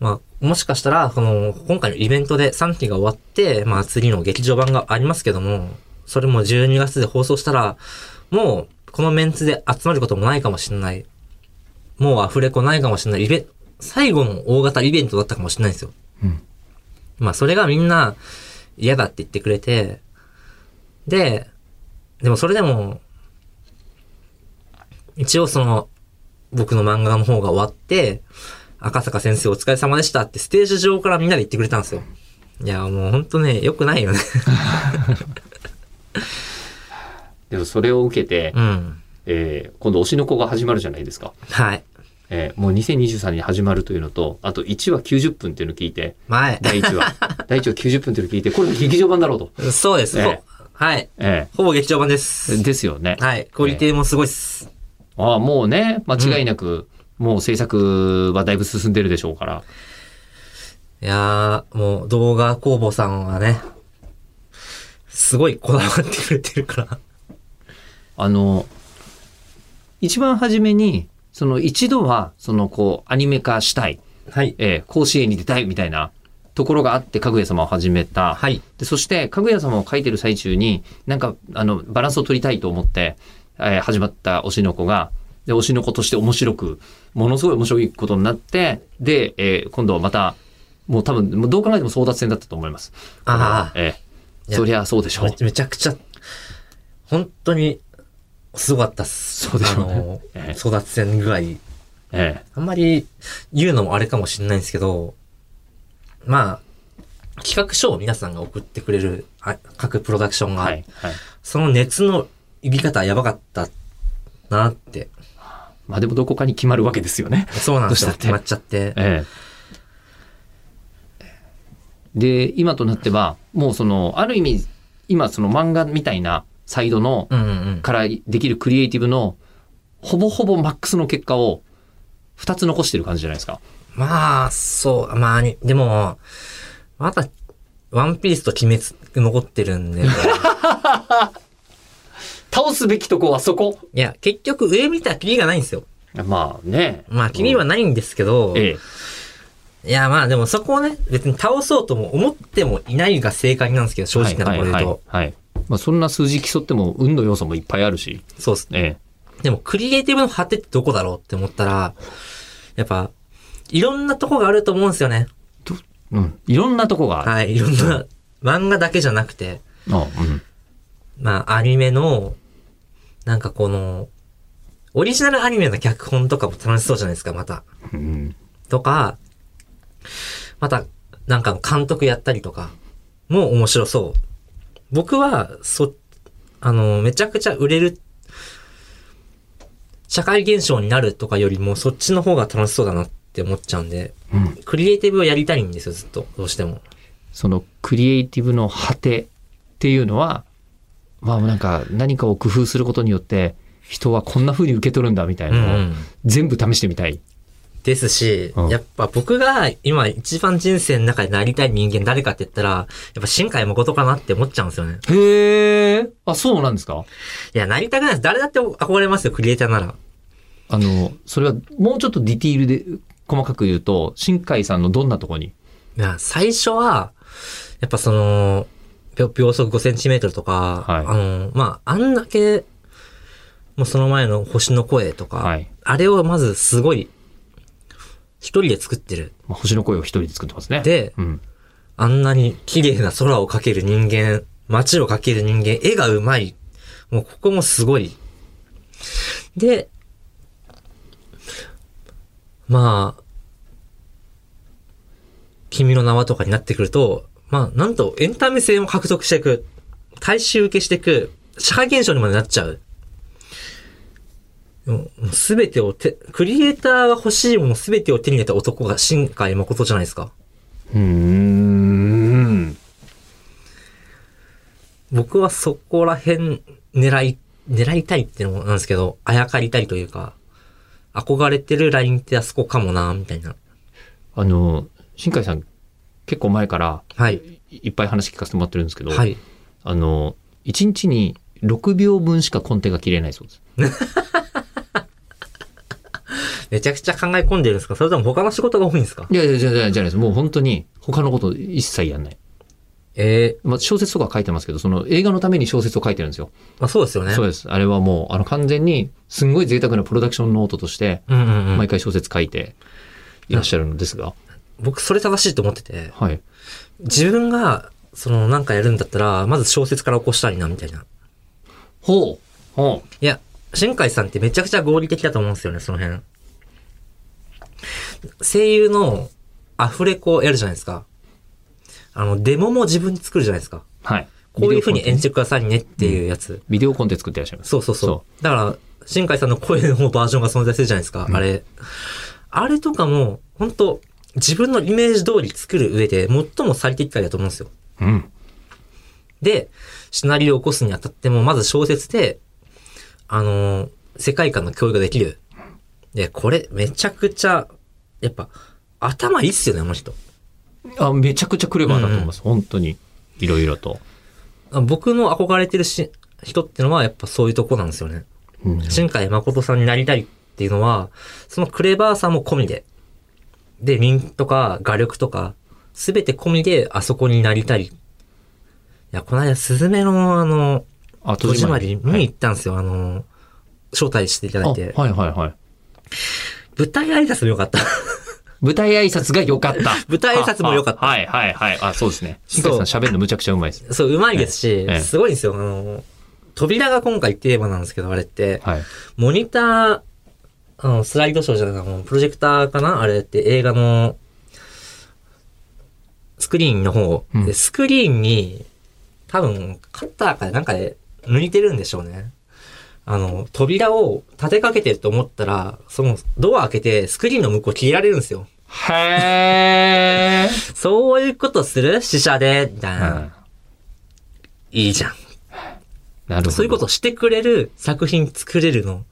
Speaker 3: まあ、もしかしたら、この、今回のイベントで3期が終わって、まあ、次の劇場版がありますけども、それも12月で放送したら、もう、このメンツで集まることもないかもしれない。もうアフレコないかもしれない。イベ、最後の大型イベントだったかもしれないんですよ。
Speaker 2: うん
Speaker 3: まあ、それがみんな嫌だって言ってくれて、で、でもそれでも、一応その、僕の漫画の方が終わって、赤坂先生お疲れ様でしたってステージ上からみんなで言ってくれたんですよ。いや、もうほんとね、良くない よね。
Speaker 2: でもそれを受けて、
Speaker 3: うん。
Speaker 2: えー今度推しの子が始まるじゃないですか。
Speaker 3: はい。
Speaker 2: えーもう2023に始まるというのと、あと1話90分っていうのを聞いて、
Speaker 3: 前。
Speaker 2: 第1話。 第1話90分っていうのを聞いて、これ劇場版だろうと。
Speaker 3: そうです。
Speaker 2: ええ
Speaker 3: ほはい。
Speaker 2: え
Speaker 3: ほぼ劇場版です
Speaker 2: ー。ですよね。
Speaker 3: はい。クオリティもすごいっす。
Speaker 2: ああ、もうね、間違いなく、もう制作はだいぶ進んでるでしょうから。
Speaker 3: いやー、もう動画工房さんはね、すごいこだわってくれてるから。
Speaker 2: あの、一番初めに、その一度は、そのこう、アニメ化したい、
Speaker 3: はい。
Speaker 2: えー甲子園に出たいみたいなところがあって、かぐや様を始めた。
Speaker 3: はい。
Speaker 2: で、そして、かぐや様を描いてる最中に、なんか、あの、バランスを取りたいと思って、えー始まった推しの子が、で、推しの子として面白く、ものすごい面白いことになって、で、えー今度はまた、もう多分、もうどう考えても争奪戦だったと思います。
Speaker 3: ああ
Speaker 2: え
Speaker 3: い
Speaker 2: ー
Speaker 3: や
Speaker 2: そりゃそうでしょう
Speaker 3: め。めちゃくちゃ、本当に、すごかったっす。
Speaker 2: そうでしょうね
Speaker 3: あの
Speaker 2: ええ
Speaker 3: 争奪戦具合。
Speaker 2: え
Speaker 3: あんまり言うのもあれかもしれないんですけど、まあ、企画書を皆さんが送ってくれるあ各プロダクション
Speaker 2: ー
Speaker 3: が、
Speaker 2: はい。はい。
Speaker 3: その熱の入り方はやばかったなって。
Speaker 2: まあでも、どこかに決まるわけですよね。
Speaker 3: そうなんですよ。
Speaker 2: どうしたって
Speaker 3: 決まっちゃって。
Speaker 2: ええ。で、今となっては、もうその、ある意味、今その漫画みたいなサイドの、
Speaker 3: うんうんうん。
Speaker 2: からできるクリエイティブの、ほぼほぼマックスの結果を、二つ残してる感じじゃないですか。
Speaker 3: まあ、そう、まあ、にでも、また、ワンピースと鬼滅残って るんで、
Speaker 2: 倒すべきとこはそこ
Speaker 3: いや、結局上見たらキリがないんですよ。
Speaker 2: まあね。
Speaker 3: まあ、キリはないんですけど、
Speaker 2: ええ。
Speaker 3: いや、まあでもそこをね、別に倒そうとも思ってもいないが正解なんですけど、正直なところで
Speaker 2: は
Speaker 3: 言うと。
Speaker 2: いはいはいはいまあそんな数字競っても、運の要素もいっぱいあるし。
Speaker 3: そうっすね。
Speaker 2: え
Speaker 3: でも、クリエイティブの果てってどこだろうって思ったら、やっぱ、いろんなとこがあると思うんですよね。
Speaker 2: え。うん。いろんなとこがある。
Speaker 3: はい、いろんな、漫画だけじゃなくて、
Speaker 2: あうん。
Speaker 3: まあ、アニメの、なんかこの、オリジナルアニメの脚本とかも楽しそうじゃないですか、また。
Speaker 2: うん。
Speaker 3: とか、また、なんか監督やったりとか、も面白そう。僕は、そ、あの、めちゃくちゃ売れる、社会現象になるとかよりも、そっちの方が楽しそうだなって思っちゃうんで、
Speaker 2: うん
Speaker 3: クリエイティブをやりたいんですよ、ずっと。どうしても。
Speaker 2: そのクリエイティブの果てっていうのは、まあなんか何かを工夫することによって、人はこんな風に受け取るんだみたい
Speaker 3: うん、
Speaker 2: なのを全部試してみたい。
Speaker 3: ですし、
Speaker 2: うん
Speaker 3: やっぱ僕が今一番人生の中でなりたい人間誰かって言ったら、やっぱ新海誠かなって思っちゃうんですよね。
Speaker 2: へえ。あ、そうなんですか
Speaker 3: いや、なりたくないです。誰だって憧れますよ、クリエイターなら。
Speaker 2: あの、それはもうちょっとディティールで細かく言うと、新海さんのどんなとこに
Speaker 3: いや、最初は、やっぱその、秒秒速5センチメートルとか、
Speaker 2: はい
Speaker 3: あの、まあ、あんだけ、もうその前の星の声とか、
Speaker 2: はい
Speaker 3: あれをまずすごい、一人で作ってる。
Speaker 2: まあ星の声を一人で作ってますね。
Speaker 3: で
Speaker 2: うん。
Speaker 3: あんなに綺麗な空を描ける人間、街を描ける人間、絵がうまい。もうここもすごい。で、まあ、君の名はとかになってくると、まあ、なんとエンタメ性も獲得していく。大衆受けしていく。社会現象にまでなっちゃう。すべてをて、クリエイターが欲しいものすべてを手に入れた男が新海誠じゃないですか。
Speaker 2: うーん。
Speaker 3: 僕はそこら辺狙い、狙いたいっていうのもなんですけど、あやかりたいというか、憧れてるラインってあそこかもな、みたいな。
Speaker 2: あの、新海さん結構前から
Speaker 3: はい。
Speaker 2: いいっぱい話聞かせてもらってるんですけど、
Speaker 3: はい。
Speaker 2: あの、1日に6秒分しかコンテが切れないそうです。
Speaker 3: めちゃくちゃ考え込んでるんですかそれとも他の仕事が多いんですか
Speaker 2: いやいや、じゃあじゃあじゃないです。もう本当に他のこと一切やんない。
Speaker 3: ええ
Speaker 2: まあ、小説とか書いてますけど、その映画のために小説を書いてるんですよ。
Speaker 3: まあそうですよね。
Speaker 2: そうです。あれはもう、あの完全に、すんごい贅沢なプロダクションノートとして、
Speaker 3: うんうんうん
Speaker 2: 毎。回小説書いていらっしゃるのですが、
Speaker 3: 僕それ正しいと思ってて、
Speaker 2: はい。
Speaker 3: 自分が、そのなんかやるんだったら、まず小説から起こしたいな、みたいな。
Speaker 2: ほう。ほう。
Speaker 3: いや、新海さんってめちゃくちゃ合理的だと思うんですよね、その辺。声優のアフレコやるじゃないですか。あの、デモも自分で作るじゃないですか。
Speaker 2: はい。
Speaker 3: こういう風に演
Speaker 2: じ
Speaker 3: じてくださいねっていうやつ。
Speaker 2: ビデオコンテ作ってらっしゃいます。
Speaker 3: そうそうそう。
Speaker 2: そ
Speaker 3: だから、新海さんの声のバージョンが存在するじゃないですか、あれ。あれとかも、本当自分のイメージ通り作る上で、最も最適解だと思うんですよ。
Speaker 2: うん。
Speaker 3: で、シナリオを起こすにあたっても、まず小説で、あのー世界観の共有ができる。で、これ、めちゃくちゃ、やっぱ、頭いいっすよね、あの人。
Speaker 2: あ、めちゃくちゃクレバーだと思います。本当に。いろいろと。
Speaker 3: あ僕の憧れてるし人ってのは、やっぱそういうとこなんですよね。
Speaker 2: うん
Speaker 3: 新海誠さんになりたいっていうのは、そのクレバーさも込みで、で、民とか画力とか、すべて込みであそこになりたい。いや、この間、スズメのあの、
Speaker 2: あ、
Speaker 3: 戸締まり
Speaker 2: は
Speaker 3: 見に
Speaker 2: い
Speaker 3: 行ったんですよ。あの、招待していただいて。
Speaker 2: あはいはいはい。
Speaker 3: 舞台挨拶も良かった。
Speaker 2: 舞台挨拶が良か った。
Speaker 3: 舞台挨拶も良かった
Speaker 2: ああはいはいはい。あ、そうですね。
Speaker 3: そ
Speaker 2: 新
Speaker 3: う
Speaker 2: 海さん喋るのむちゃくちゃうまいです。
Speaker 3: そう、うまいですし
Speaker 2: え、え
Speaker 3: すごいんですよ。あの、扉が今回テーマなんですけど、あれって。
Speaker 2: はい。
Speaker 3: モニター、あの、スライドショーじゃないあの、プロジェクターかなあれって映画の、スクリーンの方。
Speaker 2: うん
Speaker 3: でスクリーンに、多分、カッターかなんかで抜いてるんでしょうね。あの、扉を立てかけてると思ったら、その、ドア開けて、スクリーンの向こう消えられるんですよ。
Speaker 2: へー。
Speaker 3: そういうことする死者で、みたいな。いいじゃん。
Speaker 2: なるほど。
Speaker 3: そういうことしてくれる作品作れるの、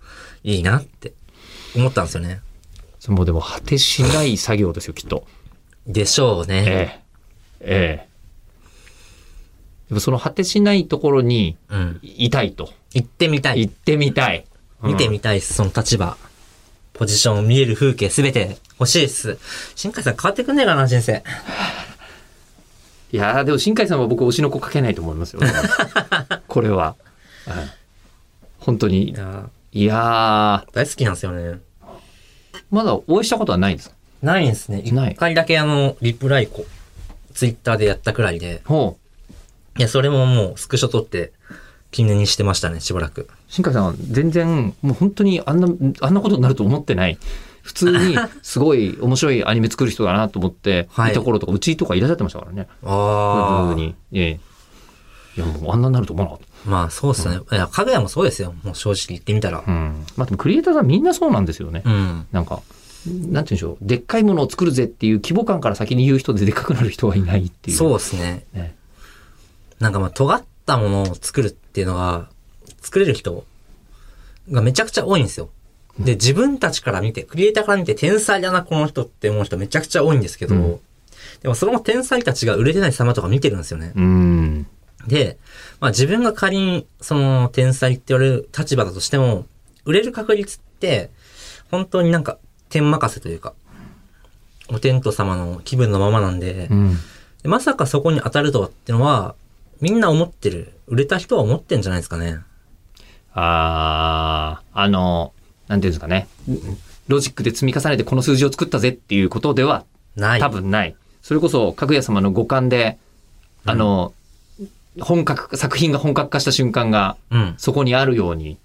Speaker 3: いいなって思ったんですよね。
Speaker 2: もうでも果てしない作業ですよ、きっと。
Speaker 3: でしょうね。
Speaker 2: ええ。ええ。でもその果てしないところに
Speaker 3: うん。
Speaker 2: いたいと。
Speaker 3: 行ってみたい
Speaker 2: 行。ってみたい。
Speaker 3: 見て
Speaker 2: み、
Speaker 3: みたいっす、その立場。ポジション、見える風景、すべて欲しいっす。新海さん変わってくんねえかな、人生。
Speaker 2: いやーでも新海さんは僕推しの子かけないと思い ますよ。これは。はい本当
Speaker 3: い
Speaker 2: に。
Speaker 3: や
Speaker 2: いやー
Speaker 3: ー大好きなんですよね。
Speaker 2: まだお会いしたことはないんですか
Speaker 3: ないんですね。
Speaker 2: ない
Speaker 3: 一回だけあの、リプライこ、ツイッターでやったくらいで。
Speaker 2: ほう。
Speaker 3: いや、それももうスクショ撮って、記念にしてましたね、しばらく。
Speaker 2: 新海さんは全然、もう本当にあんな、あんなことになると思ってない。普通 に、すごい面白いアニメ作る人だなと思って、
Speaker 3: はい
Speaker 2: いた頃とか、うちとかいらっしゃってましたからね。
Speaker 3: あ
Speaker 2: 普通に。ええ。いや、もうあんなになると思わなかった。
Speaker 3: まあそうっすね。いや、かぐやもそうですよ。もう正直言ってみたら。
Speaker 2: うん。まあでもクリエイターさんみんなそうなんですよね。
Speaker 3: うん。
Speaker 2: なんか、なんて言うんでしょう。でっかいものを作るぜっていう規模感から先に言う人ででっかくなる人はいないっていう。
Speaker 3: そう
Speaker 2: う。
Speaker 3: ですね。
Speaker 2: ね、
Speaker 3: なんかまあ、尖ったものを作るっていうのが、作れる人がめちゃくちゃ多いんですよ。で、自分たちから見て、クリエイターから見て、天才だな、この人って思う人めちゃくちゃ多いんですけど、
Speaker 2: うん
Speaker 3: でもその天才たちが売れてない様とか見てるんですよね。
Speaker 2: うん。
Speaker 3: で、まあ自分が仮に、その、天才って言われる立場だとしても、売れる確率って、本当になんか、天任せというか、お天道様の気分のままなんで、
Speaker 2: うん。
Speaker 3: でまさかそこに当たるとはってのは、みんな思ってる。売れた人は思ってんじゃないですかね。
Speaker 2: あー、あの、なんていうんですかね。ロジックで積み重ねてこの数字を作ったぜっていうことでは
Speaker 3: ない。
Speaker 2: 多。分ない。それこそ、かぐや様の五感で、あの、本格、作品が本格化した瞬間が
Speaker 3: うん。
Speaker 2: そこにあるように。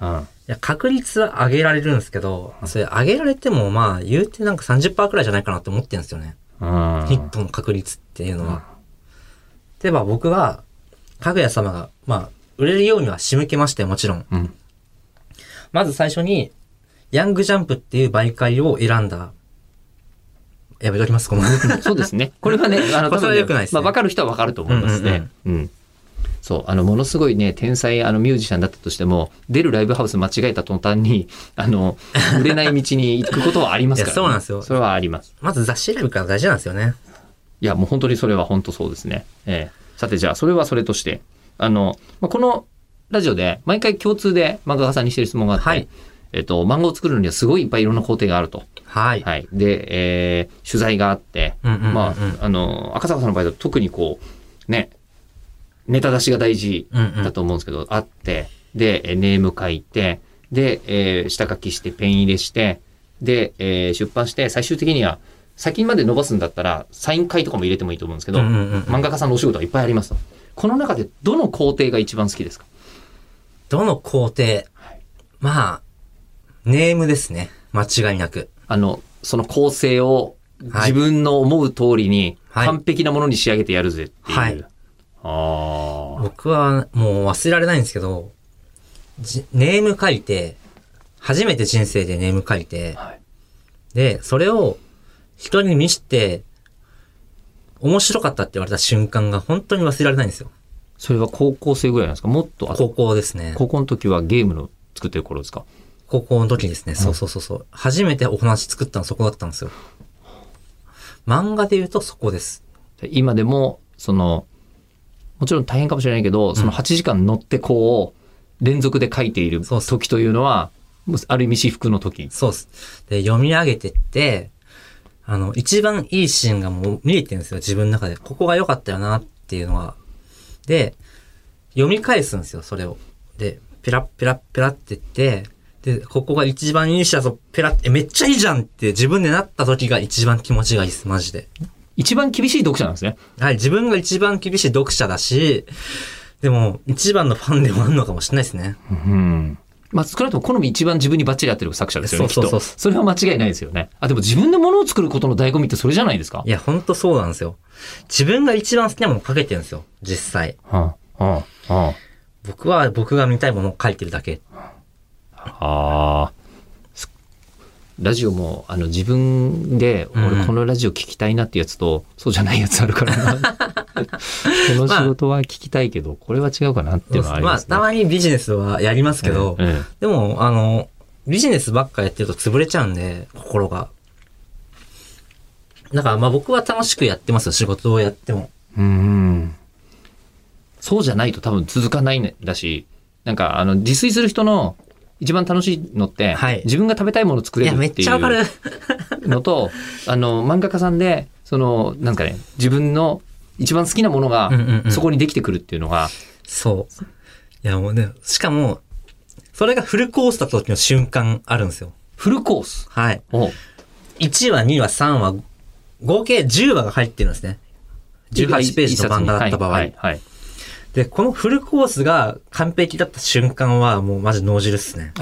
Speaker 2: うん。
Speaker 3: いや、確率は上げられるんですけど、それ上げられても、まあ、言うてなんか30%くらいじゃないかなって思ってるんですよね。
Speaker 2: うん。
Speaker 3: ヒットの確率っていうのは。例えば僕が、かぐや様が、まあ、売れるようには仕向けまして、もちろん。
Speaker 2: うん。
Speaker 3: まず最初に、ヤングジャンプっていう媒介を選んだ。やめときます、この。
Speaker 2: そうですね。これはね、あの、
Speaker 3: これは
Speaker 2: 多分
Speaker 3: 良くないですね
Speaker 2: まあ、わかる人はわかると思いますね。うんそう、あの、ものすごいね、天才、あの、ミュージシャンだったとしても、出るライブハウス間違えた途端に、 あの、売れない道に行くことはありますから、ね。
Speaker 3: いやそうなんですよ
Speaker 2: それはあります。
Speaker 3: まず雑誌選びから大事なんですよね。
Speaker 2: いや、もう本当にそれは本当そうですね。ええさて、じゃあ、それはそれとして、あの、まあ、このラジオで、毎回共通で漫画家さんにしてる質問があって、
Speaker 3: はい
Speaker 2: えっと、漫画を作るのにはすごいいっぱいいろんな工程があると。
Speaker 3: はい。
Speaker 2: はい。で、えー取材があって、
Speaker 3: うんうんうんうん
Speaker 2: まあ、あの、赤坂さんの場合だと特にこう、ね、ネタ出しが大事
Speaker 3: うんうん
Speaker 2: だと思うんですけど、あって、で、えーネーム書いて、で、えー下書きして、ペン入れして、で、えー出版して、最終的には、先まで伸ばすんだったら、サイン会とかも入れてもいいと思うんですけど、
Speaker 3: うんうんうん
Speaker 2: 漫画家さんのお仕事はいっぱいありますと。この中で、どの工程が一番好きですか
Speaker 3: どの工程まあ、ネームですね。間違いなく。
Speaker 2: あの、その構成を
Speaker 3: は
Speaker 2: 自
Speaker 3: い
Speaker 2: 分の思う通りに
Speaker 3: はい
Speaker 2: 完璧なものに仕上げてやるぜっていう。
Speaker 3: はい
Speaker 2: ああ。
Speaker 3: 僕はもう忘れられないんですけど、じネーム書いて、初めて人生でネーム書いて、
Speaker 2: はい
Speaker 3: で、それを人に見して、面白かったって言われた瞬間が本当に忘れられないんですよ。
Speaker 2: それは高校生ぐらいなんですかもっとあ
Speaker 3: 高校ですね。
Speaker 2: 高校の時はゲームの作ってる頃ですか
Speaker 3: 高校の時ですね。そうそうそうそう。初めてお話作ったのそこだったんですよ。漫画で言うとそこです。
Speaker 2: 今でも、その、もちろん大変かもしれないけど、その8時間乗ってこう、連続で書いている
Speaker 3: そうそう
Speaker 2: 時というのは、もうある意味私服の時。
Speaker 3: そうっす。で、読み上げてって、あの、一番いいシーンがもう見えてるんですよ、自分の中で。ここが良かったよなっていうのは。で、読み返すんですよ、それを。で、ペラッペラッペラってって、で、ここが一番いいシーンだぞ、ペラって、えめっちゃいいじゃんって自分でなった時が一番気持ちがいいです、マジで。
Speaker 2: 一番厳しい読者なんですね。
Speaker 3: はい、自分が一番厳しい読者だし、でも、一番のファンでもあるのかもしれないですね。
Speaker 2: うん。まあ、少なくとも好み一番自分にバッチリ合ってる作者ですよね、きっ
Speaker 3: そうそう
Speaker 2: と。
Speaker 3: そう
Speaker 2: それは間違いないですよね。あ、でも自分のものを作ることの醍醐味ってそれじゃないですか
Speaker 3: いや、ほんとそうなんですよ。自分が一番好きなもの書けてるんですよ、実際。
Speaker 2: はあ、はあ、は
Speaker 3: 僕は僕が見たいものを書いてるだけ。
Speaker 2: あ。あすラジオも、あの、自分で、
Speaker 3: うん
Speaker 2: 俺このラジオ聞きたいなってやつと、そうじゃないやつあるから な。この仕事は聞きたいけど、これは違うかなっていうのはあり
Speaker 3: ま
Speaker 2: ま
Speaker 3: あ、
Speaker 2: すね。
Speaker 3: たまにビジネスはやりますけど、
Speaker 2: ええ
Speaker 3: でも、あの、ビジネスばっかやってると潰れちゃうんで、心が。だから、まあ僕は楽しくやってますよ、仕事をやっても。
Speaker 2: うん。そうじゃないと多分続かないんだし、なんかあの自炊する人の一番楽しいのって、
Speaker 3: はい
Speaker 2: 自分が食べたいものを作
Speaker 3: い
Speaker 2: れ
Speaker 3: や、
Speaker 2: る
Speaker 3: め
Speaker 2: っ
Speaker 3: って
Speaker 2: い
Speaker 3: ちゃわかる
Speaker 2: う。のと、あの漫画家さんで、そのなんかね、自分の一番好きなものが
Speaker 3: うんうんうん
Speaker 2: そこにできてくるっていうのが、
Speaker 3: そう。いや、もうね、しかも、それがフルコースだった時の瞬間あるんですよ。
Speaker 2: フルコース。
Speaker 3: はい。
Speaker 2: お
Speaker 3: 1話、2話、3話、合計10話が入ってるんですね。18ページの漫画だった場合。
Speaker 2: はいはいはい
Speaker 3: で、このフルコースが完璧だった瞬間は、もうマジ脳汁っすね。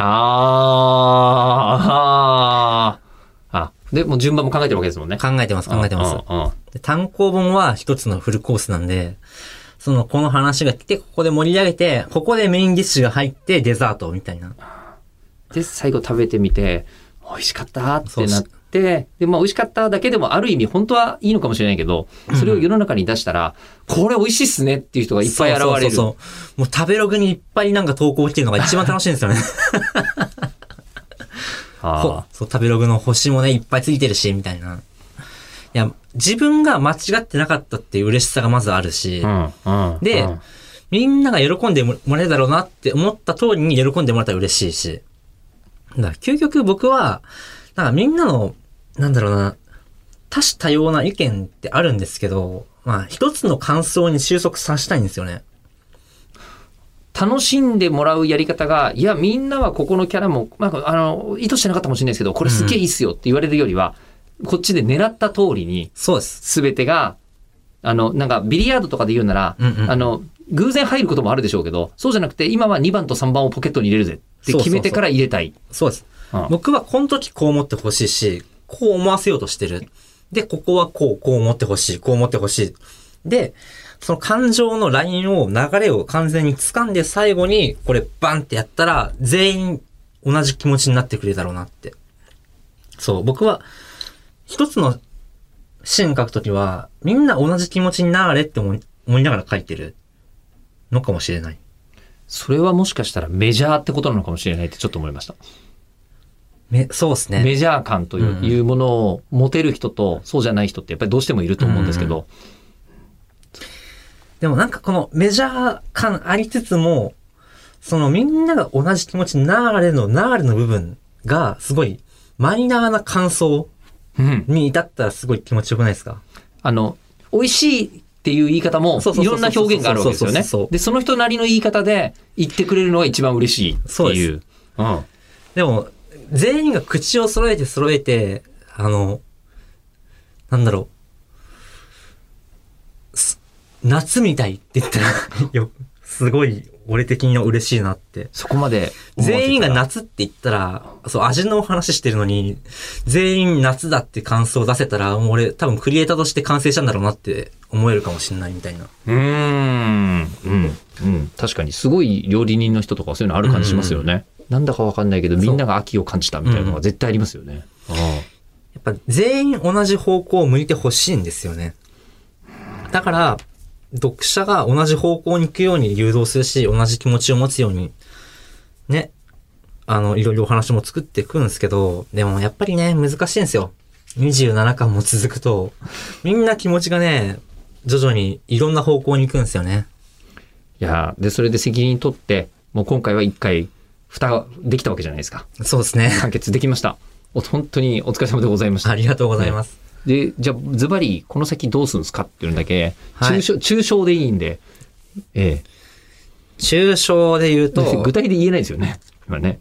Speaker 2: あーあー。あ、で、もう順番も考えてるわけですもんね。
Speaker 3: 考えてます、考えてます。
Speaker 2: うんうんうん
Speaker 3: で単行本は一つのフルコースなんで、その、この話が来て、ここで盛り上げて、ここでメインディッシュが入って、デザートみたいな。
Speaker 2: で、最後食べてみて、美味しかったっ
Speaker 3: そ
Speaker 2: て
Speaker 3: うし
Speaker 2: なって、で、まあ美味しかっただけでもある意味本当はいいのかもしれないけど、それを世の中に出したら、これ美味しいっすねっていう人がいっぱい現れる。
Speaker 3: そうそうそう。もう食べログにいっぱいなんか投稿来てるのが一番楽しいんですよね。 そう
Speaker 2: あ
Speaker 3: そう、食べログの星もね、いっぱいついてるし、みたいな。いや、自分が間違ってなかったっていう嬉しさがまずあるし、
Speaker 2: あうんうん
Speaker 3: で
Speaker 2: うん
Speaker 3: みんなが喜んでもらえるだろうなって思った通りに喜んでもらったら嬉しいし。だから究極僕は、なんかみんなの、なんだろうな、多種多様な意見ってあるんですけど、まあ一つの感想に収束させたいんですよね。
Speaker 2: 楽しんでもらうやり方が、いや、みんなはここのキャラも、まあ、あの、意図してなかったかもしれないですけど、これすっげえいいっすよって言われるよりは、こっちで狙った通りに、
Speaker 3: そうです。
Speaker 2: すべてが、あの、なんか、ビリヤードとかで言うなら、
Speaker 3: うんうん
Speaker 2: あの、偶然入ることもあるでしょうけど、そうじゃなくて、今は2番と3番をポケットに入れるぜって決めてから入れたい。
Speaker 3: そうです。
Speaker 2: うん
Speaker 3: 僕はこの時こう思ってほしいし、こう思わせようとしてる。で、ここはこう、こう思ってほしい、こう思ってほしい。で、その感情のラインを、流れを完全に掴んで最後に、これバンってやったら、全員同じ気持ちになってくれるだろうなって。そう、僕は、一つのシーン書くときは、みんな同じ気持ちになれって思い思いながら書いてるのかもしれない。
Speaker 2: それはもしかしたらメジャーってことなのかもしれないってちょっと思いました。
Speaker 3: め、そうですね。
Speaker 2: メジャー感という,、
Speaker 3: うん
Speaker 2: いうものを持てる人と、そうじゃない人ってやっぱりどうしてもいると思うんですけど、
Speaker 3: でもなんかこのメジャー感ありつつも、そのみんなが同じ気持ち、流れの流れの部分がすごいマイナーな感想
Speaker 2: うん
Speaker 3: に至ったらすごい気持ちよくないですか
Speaker 2: あの、美味しいっていう言い方も
Speaker 3: そう、そ
Speaker 2: いう
Speaker 3: そう
Speaker 2: ろんな表現があるわけですよね
Speaker 3: そうそうそうそう。
Speaker 2: で、その人なりの言い方で言ってくれるのが一番嬉しいって
Speaker 3: そう
Speaker 2: い
Speaker 3: で
Speaker 2: う。うん
Speaker 3: でも、全員が口を揃えて揃えて、あの、なんだろう、す夏みたいって言ったら、 よ、すごい俺的には嬉しいなって。
Speaker 2: そこまで思わせたら。
Speaker 3: 全員が夏って言ったら、そう、味のお話してるのに、全員夏だって感想を出せたら、もう俺多分クリエイターとして完成したんだろうなって思えるかもしれないみたいな。
Speaker 2: うーん。うん。うん。確かに、すごい料理人の人とかそういうのある感じしますよね。なんだかわかんないけど、みんなが秋を感じたみたいなのが絶対ありますよね。あ
Speaker 3: やっぱ全員同じ方向を向いてほしいんですよね。だから、読者が同じ方向に行くように誘導するし、同じ気持ちを持つように、ね、あの、いろいろお話も作っていくんですけど、でもやっぱりね、難しいんですよ。27巻も続くと、みんな気持ちがね、徐々にいろんな方向に行くんですよね。
Speaker 2: いやーで、それで責任取って、もう今回は一回、蓋ができたわけじゃないですか。
Speaker 3: そうですね。
Speaker 2: 完結できました。お本当にお疲れ様でございました
Speaker 3: あ。りがとうございます。
Speaker 2: で、じゃあ、ズバリ、この先どうするんですかっていうのだけ、
Speaker 3: はい
Speaker 2: 抽象、抽象でいいんで、え
Speaker 3: 抽象で言う
Speaker 2: え。だって
Speaker 3: と
Speaker 2: 具、体で言えないですよね。今ね。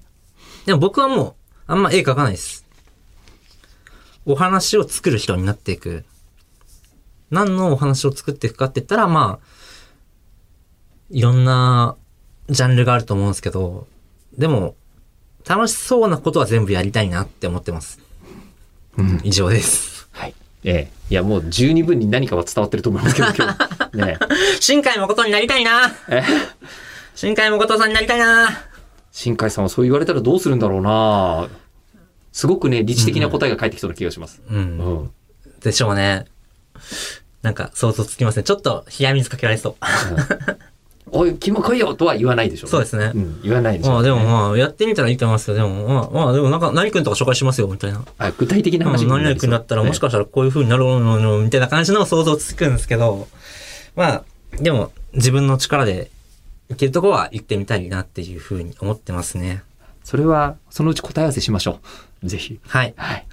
Speaker 3: でも僕はもう、あんま絵描かないです。お話を作る人になっていく。何のお話を作っていくかって言ったら、まあ、いろんなジャンルがあると思うんですけど、でも、楽しそうなことは全部やりたいなって思ってます。
Speaker 2: うん
Speaker 3: 以上です。
Speaker 2: はい。ええ。いや、もう十二分に何かは伝わってると思いますけど、今日。ねえ
Speaker 3: 新海誠になりたいな
Speaker 2: え
Speaker 3: 新海誠さんになりたいな
Speaker 2: 新海さんはそう言われたらどうするんだろうなすごくね、理知的な答えが返ってきそうな気がします。
Speaker 3: う。
Speaker 2: うんん。
Speaker 3: でしょうね。なんか想像つきますね。ちょっと冷や水かけられそう。
Speaker 2: おい、君も来いよとは言わないでしょ
Speaker 3: そうですね。
Speaker 2: うん、言わないでしょ
Speaker 3: まあでもまあ、やってみたらいいと思いますよ。でもまあ、まあでもなんか、何君とか紹介しますよ、みたいな。
Speaker 2: あ具体的な話
Speaker 3: 何
Speaker 2: になりそう
Speaker 3: 々君だったらもしかしたらこういう風になるのののみたいな感じの想像つくんですけど、まあ、でも自分の力でいけるとこは行ってみたいなっていう風に思ってますね。
Speaker 2: それは、そのうち答え合わせしましょう。ぜひ。
Speaker 3: はい。
Speaker 2: はい。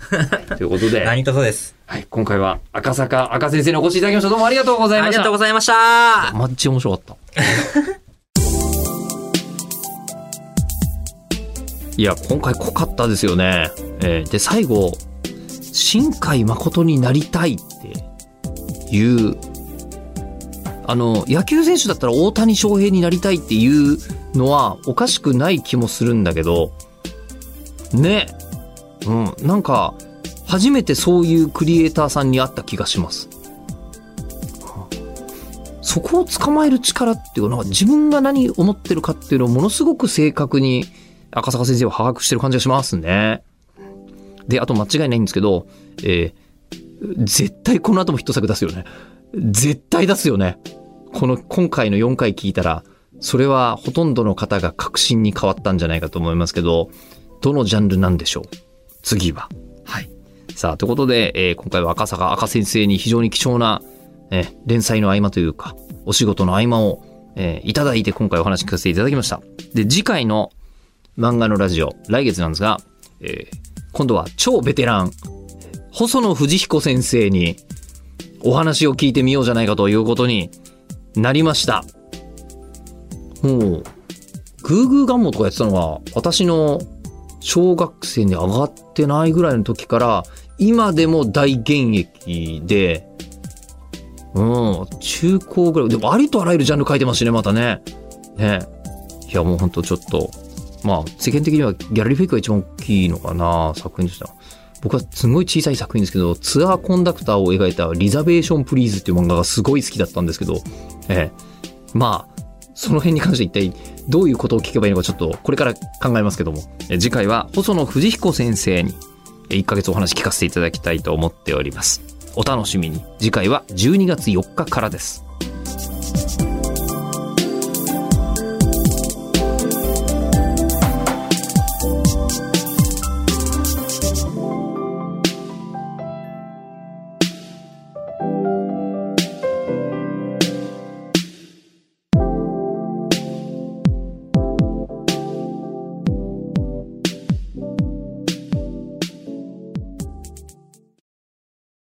Speaker 2: ということで。
Speaker 3: 何卒です。
Speaker 2: はい、今回は赤坂赤先生にお越しいただきました。どうもありがとうござい
Speaker 3: あ
Speaker 2: ま
Speaker 3: り
Speaker 2: した。
Speaker 3: がとうございました。
Speaker 2: マッチ面白かった。いや、今回濃かったですよね。えーで、最後、新海誠になりたいっていう、あの、野球選手だったら大谷翔平になりたいっていうのはおかしくない気もするんだけど、ね。うん、なんか、初めてそういうクリエイターさんに会った気がします。そこを捕まえる力っていうのは自分が何を思ってるかっていうのをものすごく正確に赤坂先生は把握してる感じがしますね。で、あと間違いないんですけど、えー絶対この後もヒット作出すよね。絶対出すよね。この今回の4回聞いたら、それはほとんどの方が確信に変わったんじゃないかと思いますけど、どのジャンルなんでしょう次は。はい。さあ、ということで、えー今回は赤坂赤先生に非常に貴重な、えー連載の合間というか、お仕事の合間を、えーいただいて今回お話聞かせていただきました。で、次回の漫画のラジオ、来月なんですが、えー今度は超ベテラン、細野藤彦先生にお話を聞いてみようじゃないかということになりました。もう、グーグーガンモとかやってたのが、私の小学生に上がってないぐらいの時から、今でも大現役で、うん、中高ぐらい、でもありとあらゆるジャンル書いてますしね、またね。ね。いや、もうほんとちょっと、まあ、世間的にはギャラリーフェイクが一番大きいのかな、作品でした。僕はすごい小さい作品ですけど、ツアーコンダクターを描いたリザベーションプリーズっていう漫画がすごい好きだったんですけど、ええ。まあ、その辺に関して一体どういうことを聞けばいいのかちょっとこれから考えますけども、え次回は細野藤彦先生にえ1ヶ月お話聞かせていただきたいと思っております。お楽しみに。次回は12月4日からです。